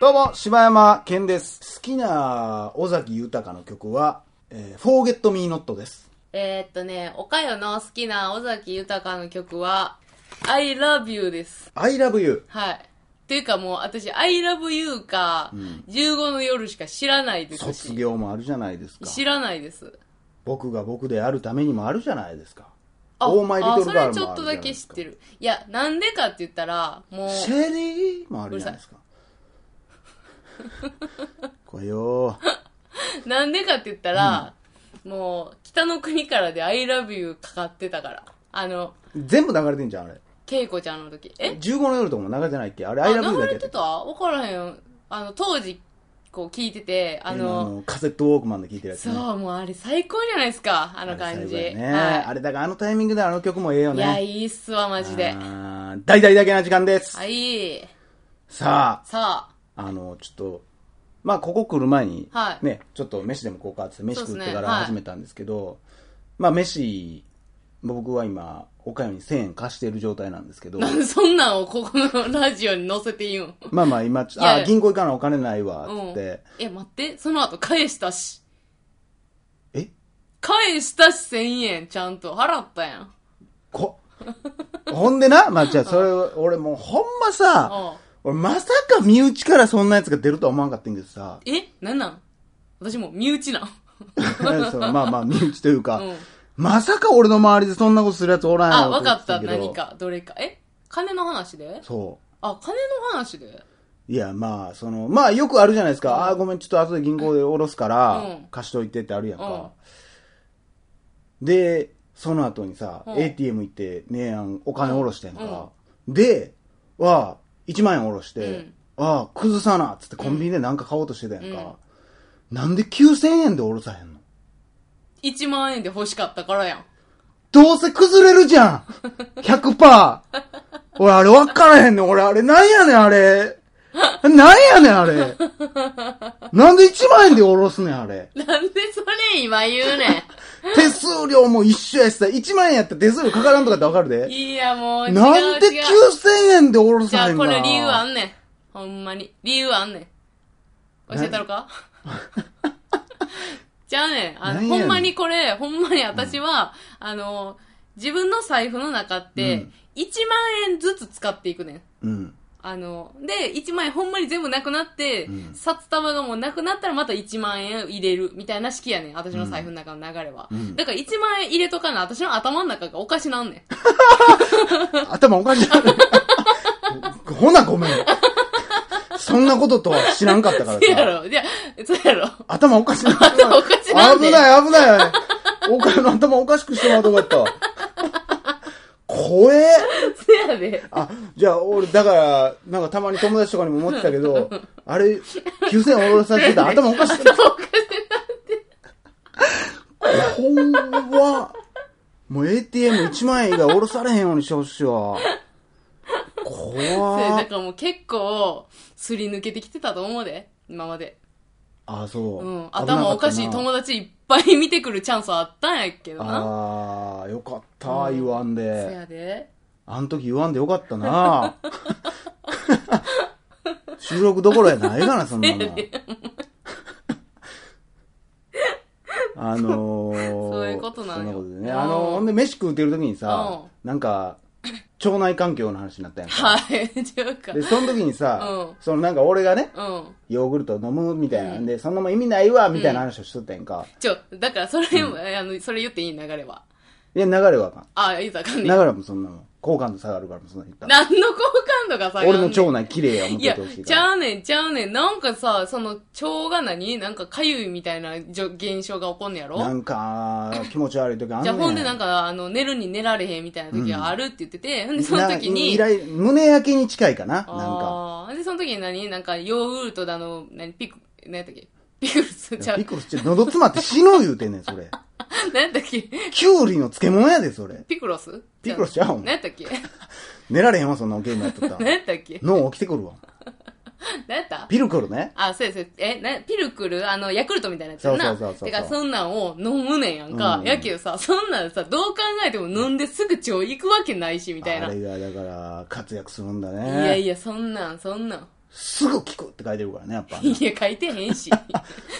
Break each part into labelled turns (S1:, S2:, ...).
S1: どうも、柴山健です。好きな尾崎豊の曲は、えー、Forget Me Not です。
S2: えー、っとね、おかよの好きな尾崎豊の曲は、I love you です。
S1: I love you.
S2: はい。っていうかもう、私、I love you か、15の夜しか知らないですし。
S1: 卒業もあるじゃないですか。
S2: 知らないです。
S1: 僕が僕であるためにもあるじゃないですか。
S2: あ、
S1: オーマイリトルガールもあ
S2: あ
S1: る
S2: そ
S1: じ
S2: れ
S1: ゃ
S2: ち
S1: な
S2: ょ
S1: い
S2: っ
S1: ですか
S2: とだけ知ってる。いや、なんでかって言ったら、もう、
S1: シェリーもあるじゃないですか。これよー。
S2: なんでかって言ったら、もう、北の国からで I love you かかってたから。あの、
S1: 全部流れてんじゃん、あれ。
S2: 恵子ちゃんの時。え
S1: 15の夜とかも流れてないっけあれ、
S2: あ
S1: I love you だ
S2: 流
S1: け
S2: れ
S1: や
S2: て
S1: った
S2: たわからへん。あの、当時、こう聞いてて、あ
S1: あ
S2: の、
S1: の、カセットウォークマンで聴いてるやつ
S2: そ
S1: ね。
S2: う、もうあれ最高じゃないですか、あ
S1: あれ
S2: の感じ。
S1: 最後やね。
S2: は
S1: あれ、だからあのタイミングであの曲もええよ
S2: い、い
S1: ね。
S2: や、いいっすわ、マジで。
S1: あー大々だけな時間です。
S2: はい。
S1: さあ、
S2: さあ、
S1: あの、ちょっと、まあ、ここ来る前に、
S2: はい
S1: ね、ちょっと飯でも食おうかって、飯
S2: そう
S1: 食
S2: です
S1: っ
S2: ね
S1: てから
S2: はい
S1: 始めたんですけど、まあ、飯、僕は今、岡山に1000円貸している状態なんですけど、
S2: なんでそんなんをここのラジオに載せて言うん。
S1: まあまあ今、
S2: いやい
S1: あ、
S2: や
S1: 銀行行かなお金ないわ、
S2: う
S1: つっ
S2: ん
S1: て、。
S2: え、待って、その後返したし。
S1: え
S2: 返したし1000円、ちゃんと払ったやん。
S1: こ、ほんでな、まあじゃあそれ、 俺もうほんまさ、
S2: ああ、
S1: 俺まさか身内からそんなやつが出るとは思わんかったんやけどさ
S2: えなんなん私もう身内なん。
S1: そのまあまあ身内というか、
S2: うん
S1: まさか俺の周りでそんなことするやつおらんや
S2: あ、
S1: ろ
S2: わ
S1: と
S2: か
S1: 思て
S2: った、
S1: けど
S2: 何。か、どれか。え金の話で
S1: そう。
S2: あ、金の話で
S1: いや、まあ、その、まあ、よくあるじゃないですか。ああー、ごめん、ちょっと後で銀行で下ろすから、
S2: うん
S1: 貸しといてってあるやんか。で、その後にさ、
S2: うん
S1: ATM 行って、ねえやん、お金下ろしてんか。で、は、1万円下ろして、
S2: うん
S1: ああ、崩さなっつってコンビニでなんか買おうとしてたやんか。なんで9000円で下ろさへんの
S2: ?1 万円で欲しかったからやん。
S1: どうせ崩れるじゃん !100%! 俺、あれ分からへんねん。俺、あれ、なんやねん、あれ。なんやねん、あれ。なんで1万円で下ろすねん、あれ。
S2: なんでそれ今言うねん。
S1: 手数料も一緒やしさ、1万円やったら手数料かからんとかって分かるで。
S2: いや、もう違う違う。
S1: なんで9000円で下ろ
S2: じゃ
S1: さへ
S2: あ
S1: んか
S2: こ
S1: な
S2: れ理由あんねん。ほんまに。理由あんねん。教えたろか じゃあねん、あの、
S1: なんやねん
S2: ほんまにこれ、ほんまに私は、あの、自分の財布の中って、
S1: うん
S2: 1万円ずつ使っていくねん。
S1: うん。
S2: あの、で、1万円ほんまに全部なくなって、
S1: ん
S2: 札束がもうなくなったらまた1万円入れるみたいな式やねん。私の財布の中の流れは。
S1: ん
S2: だから1万円入れとかな、私の頭の中がおかしなんねん。
S1: 頭おかしい。 ほな、ごめん。そんなこととは知らんかったから
S2: そうや
S1: さ。
S2: ろ。じゃあ、そうやろ。
S1: 頭おかしい。
S2: 頭おかしなんで
S1: 危ない、危ない。お金の頭おかしくしてもらうとこやった。怖え。
S2: そうやで。
S1: あ、じゃあ俺、だから、なんかたまに友達とかにも思ってたけど、あれ、9000円下ろされてた頭おかしく
S2: 頭おかし
S1: ほんま。もう ATM1 万円以外下ろされへんようにしてほしいわ。
S2: そうや
S1: 怖
S2: だ
S1: っ
S2: からもう結構、すり抜けてきてたと思うで、今まで。
S1: あ、そう。
S2: うん。頭おかしい
S1: 達
S2: 友達いっぱい見てくるチャンスあったんやけどな。
S1: ああ、よかった、言わん
S2: そう
S1: で。
S2: やで。
S1: あん時言わんでよかったな。 収録どころやないがな、そんな もん。あのー、
S2: そういうことなんよ
S1: そことでね。
S2: うん
S1: あのーほんで飯食うてる時にさ
S2: うん、
S1: なんか、腸内環境の話になったやんか。
S2: はい。っていう か。う
S1: で、その時にさ
S2: うん、
S1: そのなんか俺がね、
S2: ん。
S1: ヨーグルト飲むみたいなんで、そんなもん意味ないわ、みたいな話をしとったやんか。
S2: ちょ、だからそれ、あの、それ言っていい流れは。
S1: いや、流れはあかん。
S2: あ、いいぞ、あかん
S1: 流
S2: ねん。
S1: れもそんなもん。好感度下がるからもそんなん言ったら。
S2: 何の好感度が下がんねん
S1: 俺の腸内綺麗や思っ
S2: い
S1: て
S2: や
S1: てほしい、か
S2: ち
S1: ら。
S2: ゃうねん、ちゃうねん。なんかさ、その、腸が何なんか、かゆいみたいなじょ現象が起こんねやろ
S1: なんか、気持ち悪い時あんねん。
S2: じゃあ、ほんでなんか、あの、寝るに寝られへんみたいな時があるって言ってて、ほんで、その時に、
S1: なイライラ胸焼けに近いかな。なんか。
S2: あーで、その時に何なんか、ヨーグルトだの、何ピク、何やったっけピクルスちゃう
S1: ピ。クルスちょ喉詰まって死ぬ言うてんねん、そ れ。
S2: 何やったっけ
S1: キュウリの漬物やで、それ。
S2: ピクロス
S1: ピクロスちゃうん
S2: 何やったっけ
S1: 寝られへんわ、そんなゲームやっとったら
S2: 何やったっけ
S1: 脳起きてくるわ。
S2: 何やった
S1: ピルクルね。
S2: あ、そうやそうやえ、な、ピルクル、あの、ヤクルトみたいなやつやんな。
S1: そうそうそうそう
S2: てか、そんなんを飲むねんやんか。
S1: うん
S2: やけどさ、そんなんさ、どう考えても飲んですぐ腸行くわけないし、みたいな。
S1: あ
S2: い
S1: れが、だから、活躍するんだね。
S2: やいや、そんなん、そんなん。
S1: すぐ効くって書いてるからね、やっ ぱ、
S2: いや、書いてへ んし。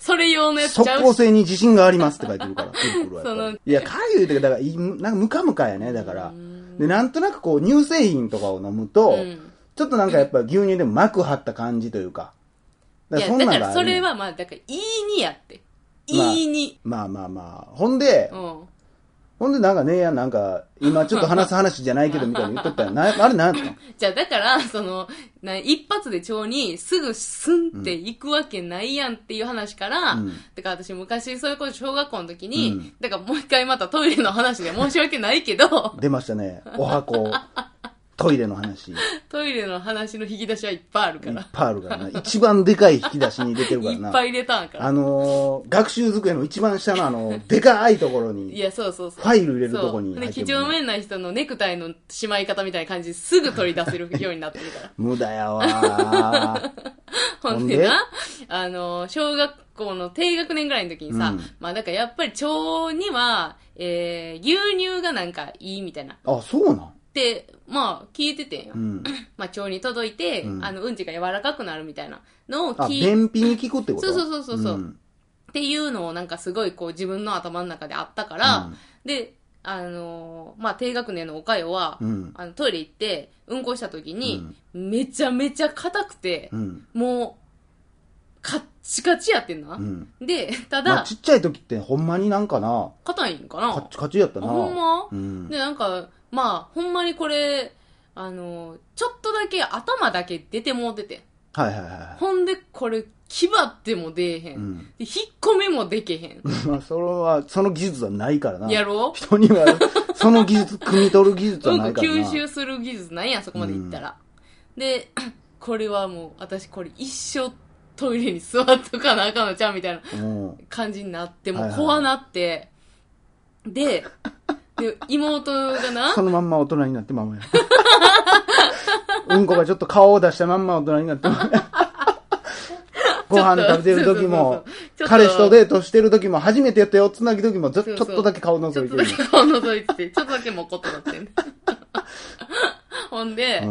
S2: それ用のやつちゃ
S1: 速
S2: う
S1: 効
S2: し。
S1: 性に自信がありますって書いてるから、ピルクルはやっぱ
S2: その
S1: り。いや、かゆいというか、だからい、なんかムカムカやね、だから。で、なんとなくこう、乳製品とかを飲むと、
S2: うん
S1: ちょっとなんかやっぱ牛乳でも膜張った感じというか。
S2: いや、だ
S1: ん
S2: か
S1: があ
S2: ら
S1: る
S2: それは、まあ、だから、いいにやって。
S1: まあ
S2: いいに。
S1: まあまあまあ。ほんで、
S2: うん。
S1: ほんでなんかねえやん、なんか、今ちょっと話す話じゃないけどみたいに言っとった やん。なあれなんやったの
S2: じゃあ、だから、その、な一発で腸にすぐスンって行くわけないやんっていう話から、
S1: うん
S2: だから私昔、そういうこと小学校の時に、
S1: うん
S2: だからもう一回またトイレの話で申し訳ないけど、
S1: 出ましたね。お箱、トイレの話、いっ
S2: トイレの話の引き出しはいっぱいあるから。
S1: ぱいあるからな。一番でかい引き出しに入れてるから
S2: い
S1: な。
S2: っぱい入れたんやか
S1: あ
S2: ら。
S1: のー学習机の一番下のあの、でかいところ
S2: い
S1: に、
S2: や、そうそうそ
S1: フ
S2: う。
S1: ァイル入れるとこに
S2: そう。で、
S1: 入って
S2: 几
S1: るも
S2: 帳
S1: んね
S2: 面な人のネクタイのしまい方みたいな感じですぐ取り出せるようになってるから。
S1: 無駄や わー
S2: ほんでな、あの、小学校の低学年ぐらいの時にさ、
S1: うん
S2: まあだからやっぱり腸には、えー、牛乳がなんかいいみたいな。っ
S1: あ、そうなん
S2: て、まあ聞いててんよ。
S1: うん。
S2: まあ腸に届いて、
S1: うん
S2: あの、うんちが柔らかくなるみたいなのを
S1: あ、
S2: 聞いて、っ
S1: 便秘に効くってこと
S2: そうそうそうそうそうんていうのをなんかすごいこう自分の頭の中であったから、
S1: うん
S2: で、あのーまあ低学年のおかよは、
S1: うん
S2: あのトイレ行って、うんこした時に、めちゃめちゃ硬くて、
S1: うん。
S2: もう、カッチカチやってんな。
S1: うん。
S2: で、た
S1: ま
S2: だ
S1: あ、、ちっちゃい時ってほんまになんかな、
S2: 硬いん
S1: カ
S2: か
S1: ッ
S2: な
S1: チカチやったな。
S2: あほんま
S1: うん。
S2: で、なんか、まあ、ほんまにこれ、あの、ちょっとだけ頭だけ出てもうてて。
S1: はいはいは
S2: ほんで、これ、牙っても出えへん。
S1: い。うん。
S2: で引っ込めもでけへん。
S1: まあ、それは、その技術はないからな。
S2: やろ
S1: 人には、その技術、汲み取る技術
S2: う
S1: は
S2: ん
S1: ない
S2: こ
S1: からな。
S2: 吸収する技術なんや、そこまでいったら。で、 これはもう、私これ一生トイレに座っとかなあかんのちゃうみたいな。
S1: うん。
S2: 感じになって、も
S1: は
S2: う
S1: いはい
S2: 怖なって、で、で、妹 がな
S1: そ、のまんま 大人になってまうや。うんこがちょっと顔を出したまんま大人になって まうや。ご飯食べてる時も
S2: そうそうそうそうちょっと、
S1: 彼氏とデートしてる時も、初めてやった四つなぎ時も、ずち
S2: そ
S1: ょ
S2: う
S1: っ
S2: そう
S1: とだけ顔
S2: ち
S1: 覗
S2: ょっ
S1: い
S2: と
S1: てる
S2: だ。け顔覗いてて、ちょっとだ けもこっとなってんほんで、
S1: う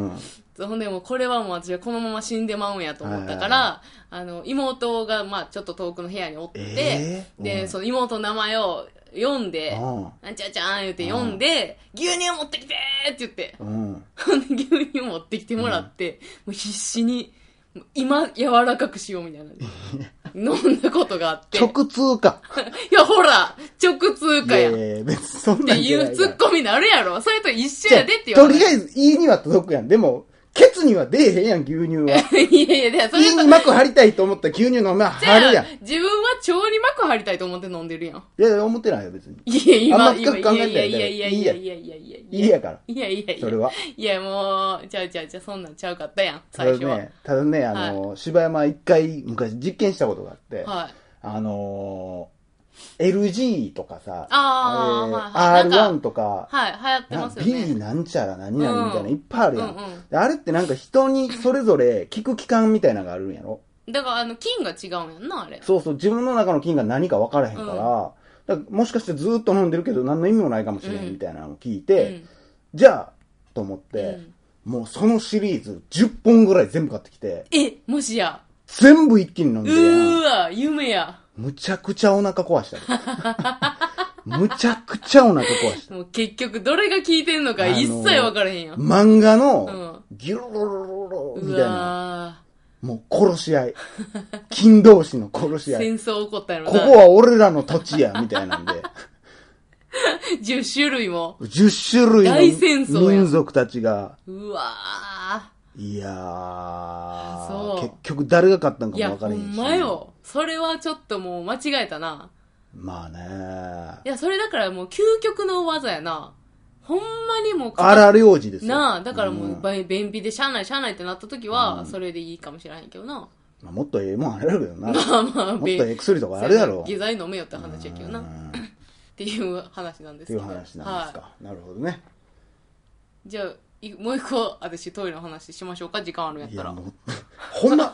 S1: ん。
S2: ほんでもうこれはもう私はこのまま死んでまうんやと思ったから、
S1: は
S2: あの、妹がまあちょっと遠くの部屋におって、
S1: えーう
S2: で、
S1: ん
S2: その妹の名前を読んで、
S1: うん
S2: なんちゃうちゃん言うて読んで、牛乳持ってきてーって言って。
S1: うん。
S2: ほんで牛乳持ってきてもらって、もう必死に、もう今柔らかくしようみたい な。飲んだことがあって。
S1: 直通か。
S2: いや、ほら、直通
S1: い
S2: 過
S1: や
S2: やん。
S1: い
S2: っ
S1: やいや、別にそんな
S2: て
S1: んじ
S2: い
S1: ゃな
S2: う
S1: い
S2: ツッ
S1: か
S2: コミなるやろ。それと一緒
S1: ら
S2: やでって言
S1: と
S2: われ
S1: りあえず、胃には届くやん。でも、ケツには出えへんやん、牛乳は。
S2: いやいや、 それ
S1: 胃
S2: と
S1: に、膜張りたいと思ったら牛乳飲めば
S2: じゃあ
S1: 張るやん。い
S2: 自分は腸に膜張りたいと思って飲んでるやん。
S1: やいや、思ってないよ、別に。
S2: いや、
S1: あ
S2: 今、
S1: んま深
S2: 今、
S1: く
S2: い
S1: 考
S2: や
S1: えてない
S2: いやいやいやいやいやいやいや
S1: いいやから。
S2: いやいやいや。
S1: それは。
S2: いや、もう、ちゃうちゃうちゃう、そんなんちゃうかったやん、
S1: た
S2: 最
S1: だ
S2: 初は。
S1: ね、ただね、あの、柴山一回昔実験したことがあって、
S2: はい。
S1: あのー、LG とかさ、
S2: あー
S1: あ
S2: はいはい
S1: れ
S2: なん
S1: R1 とか、
S2: はい、流行って
S1: な
S2: ま
S1: ん
S2: す
S1: か
S2: よね。
S1: B なんちゃら何々みたいな、いっぱいあるやん,
S2: う
S1: で、
S2: んうん
S1: あれってなんか人にそれぞれ効く期間みたいなのがあるんやろ
S2: だから、あの、菌が違うんやんな、あれ。
S1: そうそう、自分の中の菌が何か分からへんから、
S2: うん
S1: だからもしかしてずーっと飲んでるけど何の意味もないかもしれんみたいなのを聞いて、
S2: うん
S1: じゃあ、と思って、
S2: うん
S1: もうそのシリーズ10本ぐらい全部買ってきて、
S2: え、もしや。
S1: 全部一気に飲ん
S2: う
S1: でるやん。
S2: ーわ、夢や。
S1: むちゃくちゃお腹壊したで。むちゃくちゃお腹壊した。
S2: もう結局、どれが効いてんのか
S1: あのー
S2: 一切分からへんやん。
S1: 漫画
S2: う
S1: の
S2: ん、
S1: ギュルルルルルみ
S2: う
S1: たいな、
S2: わ
S1: もう殺し合い。金同士の殺し合い。
S2: 戦争起こったやろ
S1: こ
S2: な。
S1: こは俺らの土地や、みたいなんで。
S2: 10種類も。
S1: 10種
S2: 大
S1: 類
S2: 戦争
S1: の
S2: や
S1: 民族たちが、
S2: うわ
S1: いや
S2: そ
S1: ー、
S2: う
S1: 結局誰が勝ったんかも
S2: いや、
S1: 分か
S2: ほ
S1: らへん
S2: ん
S1: し。
S2: まよ。それはちょっともう間違えたな。
S1: まあね
S2: いや、それだからもう究極の技やな。ほんまにもう、
S1: 荒領事ですよ。
S2: なあ、だからもう、
S1: ん
S2: ば便秘でしゃあないしゃあないってなった時は、それでいいかもしれへんけどな。
S1: まあもっとええもんあるやろうけどな。もっ
S2: まあまあ、
S1: と
S2: 便
S1: ええ薬とかあるやろ。
S2: 下剤飲めよって話やけどな。
S1: う
S2: っ
S1: ん
S2: ていう話なんで
S1: っ
S2: す
S1: て
S2: け
S1: いう
S2: ど。
S1: 話なんですか、
S2: は
S1: なるほどね
S2: い、じゃあ、いもう一個、私トイレの話しましょうか時間あるんやっ
S1: い
S2: た
S1: や
S2: ら。
S1: もうほんま、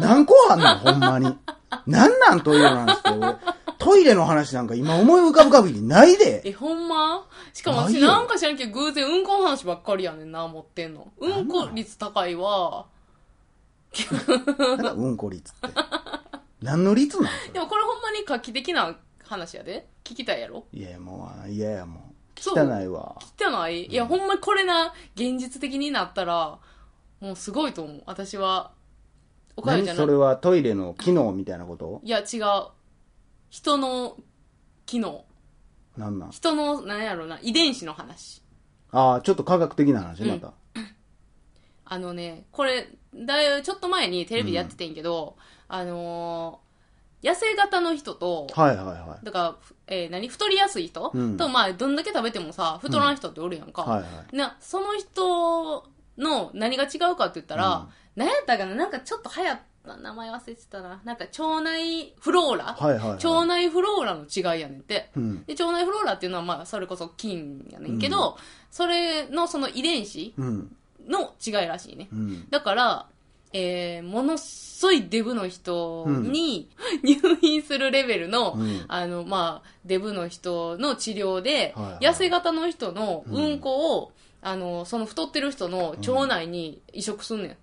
S1: 何個あんのほんまに。なんなんトイレなんですけど、俺トイレの話なんか今思い浮かぶ限りないで。
S2: え、ほんましかも
S1: ない
S2: 私
S1: よ
S2: なんか知らんけど偶然うんこの話ばっかりやねんな、持ってんの。うんこ率高いは、
S1: なんかうんこ率って。何の率なんそ
S2: で
S1: れ
S2: もこれほんまに画期的な話やで。聞きたいやろ
S1: いや、もう、いやや、もう。
S2: そう
S1: 汚いわ。
S2: 汚いいや、ほんまにこれな、現実的になったら、もうすごいと思う。私は、おかゆ
S1: 何
S2: じゃな
S1: そ
S2: い
S1: れ。はトイレの機能みたいなこと
S2: いや、違う。人の機能。
S1: なんなん
S2: 人の、なんやろな、遺伝子の話。
S1: ああ、ちょっと科学的な話、
S2: うん
S1: また。
S2: あのね、これ、だいちょっと前にテレビでやっててんけど、あのー痩せ型の人と、
S1: はいはいはい。
S2: だから、ふえー何太りやすい人、
S1: うん
S2: と、まあ、どんだけ食べてもさ、太らん人っておるやんか。
S1: はいはい。
S2: な、その人の何が違うかって言ったら、何やったかななんかちょっと流行った、名前忘れてたな。なんか腸内フローラ、
S1: はいはいはい。
S2: 腸内フローラの違いやねんって。
S1: うん。
S2: で、腸内フローラっていうのは、まあ、それこそ菌やねんけど、それのその遺伝子
S1: うん。
S2: の違いらしいね。
S1: うん。
S2: だから、えー、ものすごいデブの人に 入院するレベルの、
S1: うん
S2: あの、まあ、デブの人の治療で、
S1: はいはい
S2: 痩せ型の人のうんこを、あの、その太ってる人の腸内に移植すんねん。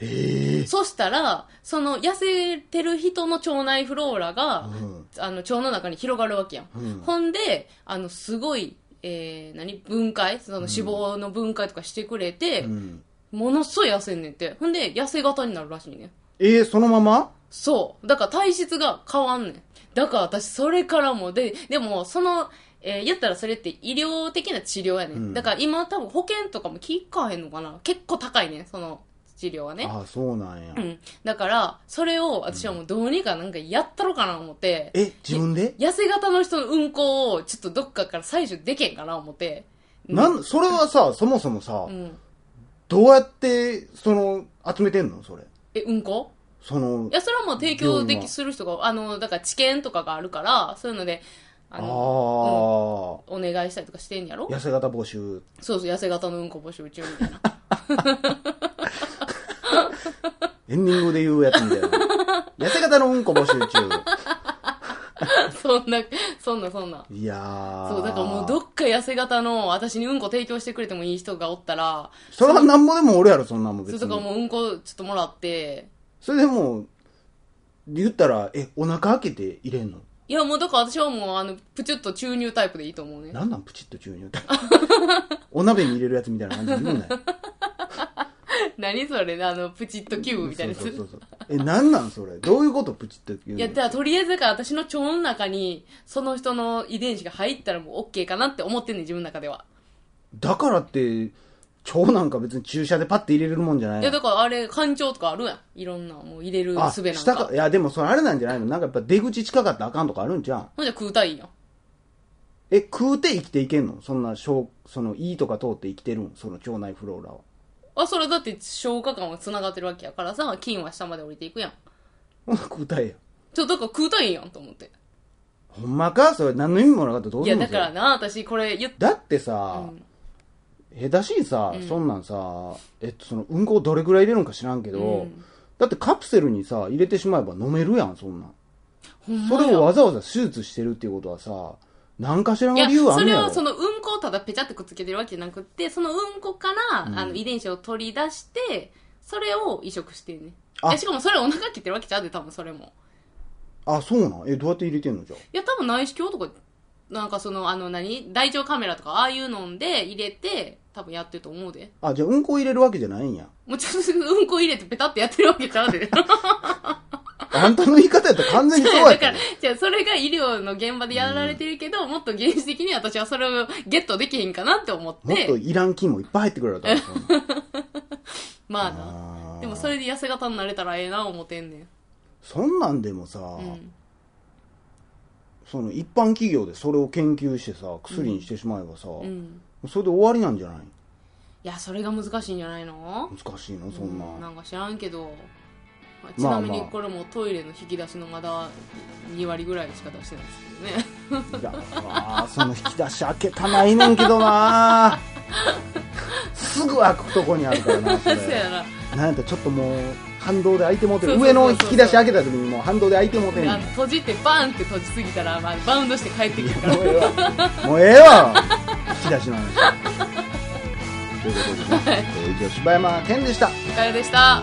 S1: ええ
S2: そしたら、その痩せてる人の腸内フローラが、
S1: うん。
S2: あの、腸の中に広がるわけやん。
S1: うん
S2: ほんで、あの、すごい、えー、何分解その脂肪の分解とかしてくれて、
S1: うん。
S2: ものすごい痩せんねんって。ほんで、痩せ型になるらしいねん。
S1: ええそのまま
S2: そう。だから体質が変わんねん。だから私、それからも、で、でも、その、えー言ったらそれって医療的な治療やねん。
S1: うん
S2: だから今多分保険とかも聞かへんのかな結構高いねん、その治療はね。
S1: ああ、そうなんや
S2: う。ん。だから、それを私はもうどうにかなんかやったろかな思って、
S1: え、自分で
S2: 痩せ型の人の運行をちょっとどっかから採取でけんかな思って。
S1: なん、それはさ、そもそもさ
S2: う、ん。
S1: どうやって、その、集めてんのそれ。
S2: え、運行
S1: その
S2: い、や、それはもう提供
S1: 病
S2: で
S1: 院は
S2: きする人が、あの、だから知見とかがあるから、そういうので、
S1: あ
S2: あ
S1: あ、
S2: の、お願いしたりとかしてんやろ
S1: 痩せ型募集。
S2: そうそう、痩せ型のうんこ募集中みたいな。
S1: エンディングで言うやつみたい な。痩せ型のうんこ募集中。
S2: そんな、そんな、そんな。
S1: いやー。
S2: そう、だからもうどっか痩せ型の私にうんこ提供してくれてもいい人がおったら、
S1: それはなんぼでも俺やろ、そんなんもん別
S2: それとか
S1: に。
S2: もううんこちょっともらって、
S1: それでもう、言ったら、え、お腹開けて入れんの
S2: いやもうだから私はもうあの、プチュッと注入タイプでいいと思うね。
S1: なんなんプチッと注入って。お鍋に入れるやつみたいな感じで言うなよ。
S2: 何それあの、プチッとキューブ みたいなやつ。
S1: そうそうそうそうえ、なんなんそれどういうことプチッと言う
S2: いや、だからとりあえずだから私の腸の中に、その人の遺伝子が入ったらもう OK かなって思ってんねん自分の中では。
S1: だからって、腸なんか別に注射でパッて入れるもんじゃない
S2: いや、だからあれ、肝腸とかあるやん。いろんな、もう入れる
S1: あ、
S2: 術なん
S1: 下
S2: か
S1: か。。いや、でもそれあれなんじゃないのなんかやっぱ出口近かったらあかんとかあるんじゃん。
S2: ほんじゃ食うたいんやん。
S1: え、食うて生きていけんのそんな、小その、いいとか通って生きてるんその腸内フローラは。
S2: あ、それだって消化管は繋がってるわけやからさ、菌は下まで降りていくやん。
S1: ほんな食うたいやん。
S2: ちょ、だから食うたいんやんと思って。
S1: ほんまかそれ何の意味もなかったらどう
S2: い
S1: する
S2: や、
S1: の
S2: だから
S1: それ
S2: な、私これ言っ
S1: だってさ、
S2: うん
S1: 下手しいさ、そんなんさ、えっと、その、うんこをどれくらい入れるのか知らんけど、
S2: うん
S1: だってカプセルにさ、入れてしまえば飲めるやん、そんなん。
S2: ほん
S1: そ
S2: ま
S1: れ
S2: や
S1: をわざわざ手術してるっていうことはさ、何かしら
S2: い
S1: の
S2: や、
S1: 理由あ
S2: そ
S1: んね
S2: れ
S1: やろ
S2: はそのうんこをただペチャってくっつけてるわけじゃなくって、そのうんこから、あの遺伝子を取り出して、それを移植してんね。
S1: あ
S2: えしかもそれお腹切ってるわけちゃうで、多分それも。
S1: あ、そうなんえ、どうやって入れてんのじゃあ。
S2: いや、多分内視鏡とか、なんかその、あの何大腸カメラとか、ああいうのんで入れて、多分やってると思うで。
S1: あ、じゃあうんこ入れるわけじゃないんや。
S2: もうちょっとうんこ入れてペタってやってるわけちゃ うで。
S1: あんたの言い方やったら完全にそうや
S2: だ
S1: った
S2: か
S1: よ
S2: ら、じゃあそれが医療の現場でやられてるけど、もっと原始的に私はそれをゲットできへんかなって思っ
S1: もってと、いらん菌もいっぱい入ってくるやろ、多分そんなん
S2: まあ
S1: あ
S2: な。
S1: ー
S2: でもそれで痩せ型になれたらええな思てんねん。
S1: そんなんでもさ、
S2: うん。
S1: その一般企業でそれを研究してさ、薬にしてしまえばさ、
S2: うん。
S1: それで終わりなんじゃない
S2: いや、それが難しいんじゃないの
S1: 難しいのそんな。
S2: うなんか知らんけど。まあち
S1: まあま
S2: な
S1: あ
S2: みにこれもトイレの引き出しのまだ2割ぐらいしか出してないですけどね。
S1: いやあーその引き出し開けたないねんけど なすぐ開くとこにあるからなそれ
S2: そうやな。
S1: なんやったらちょっともう反動で開いてもうてる
S2: そうそう
S1: 上
S2: そう
S1: の
S2: そう
S1: 引き出し開けた時にもう反動で開いてもうてんねん
S2: あの閉じてバーンって閉じすぎたら、まあ、バウンドして帰ってくるから
S1: もうええわもうええわ引き出しの 話ということで、ねえー以上柴山健でした
S2: お疲れでした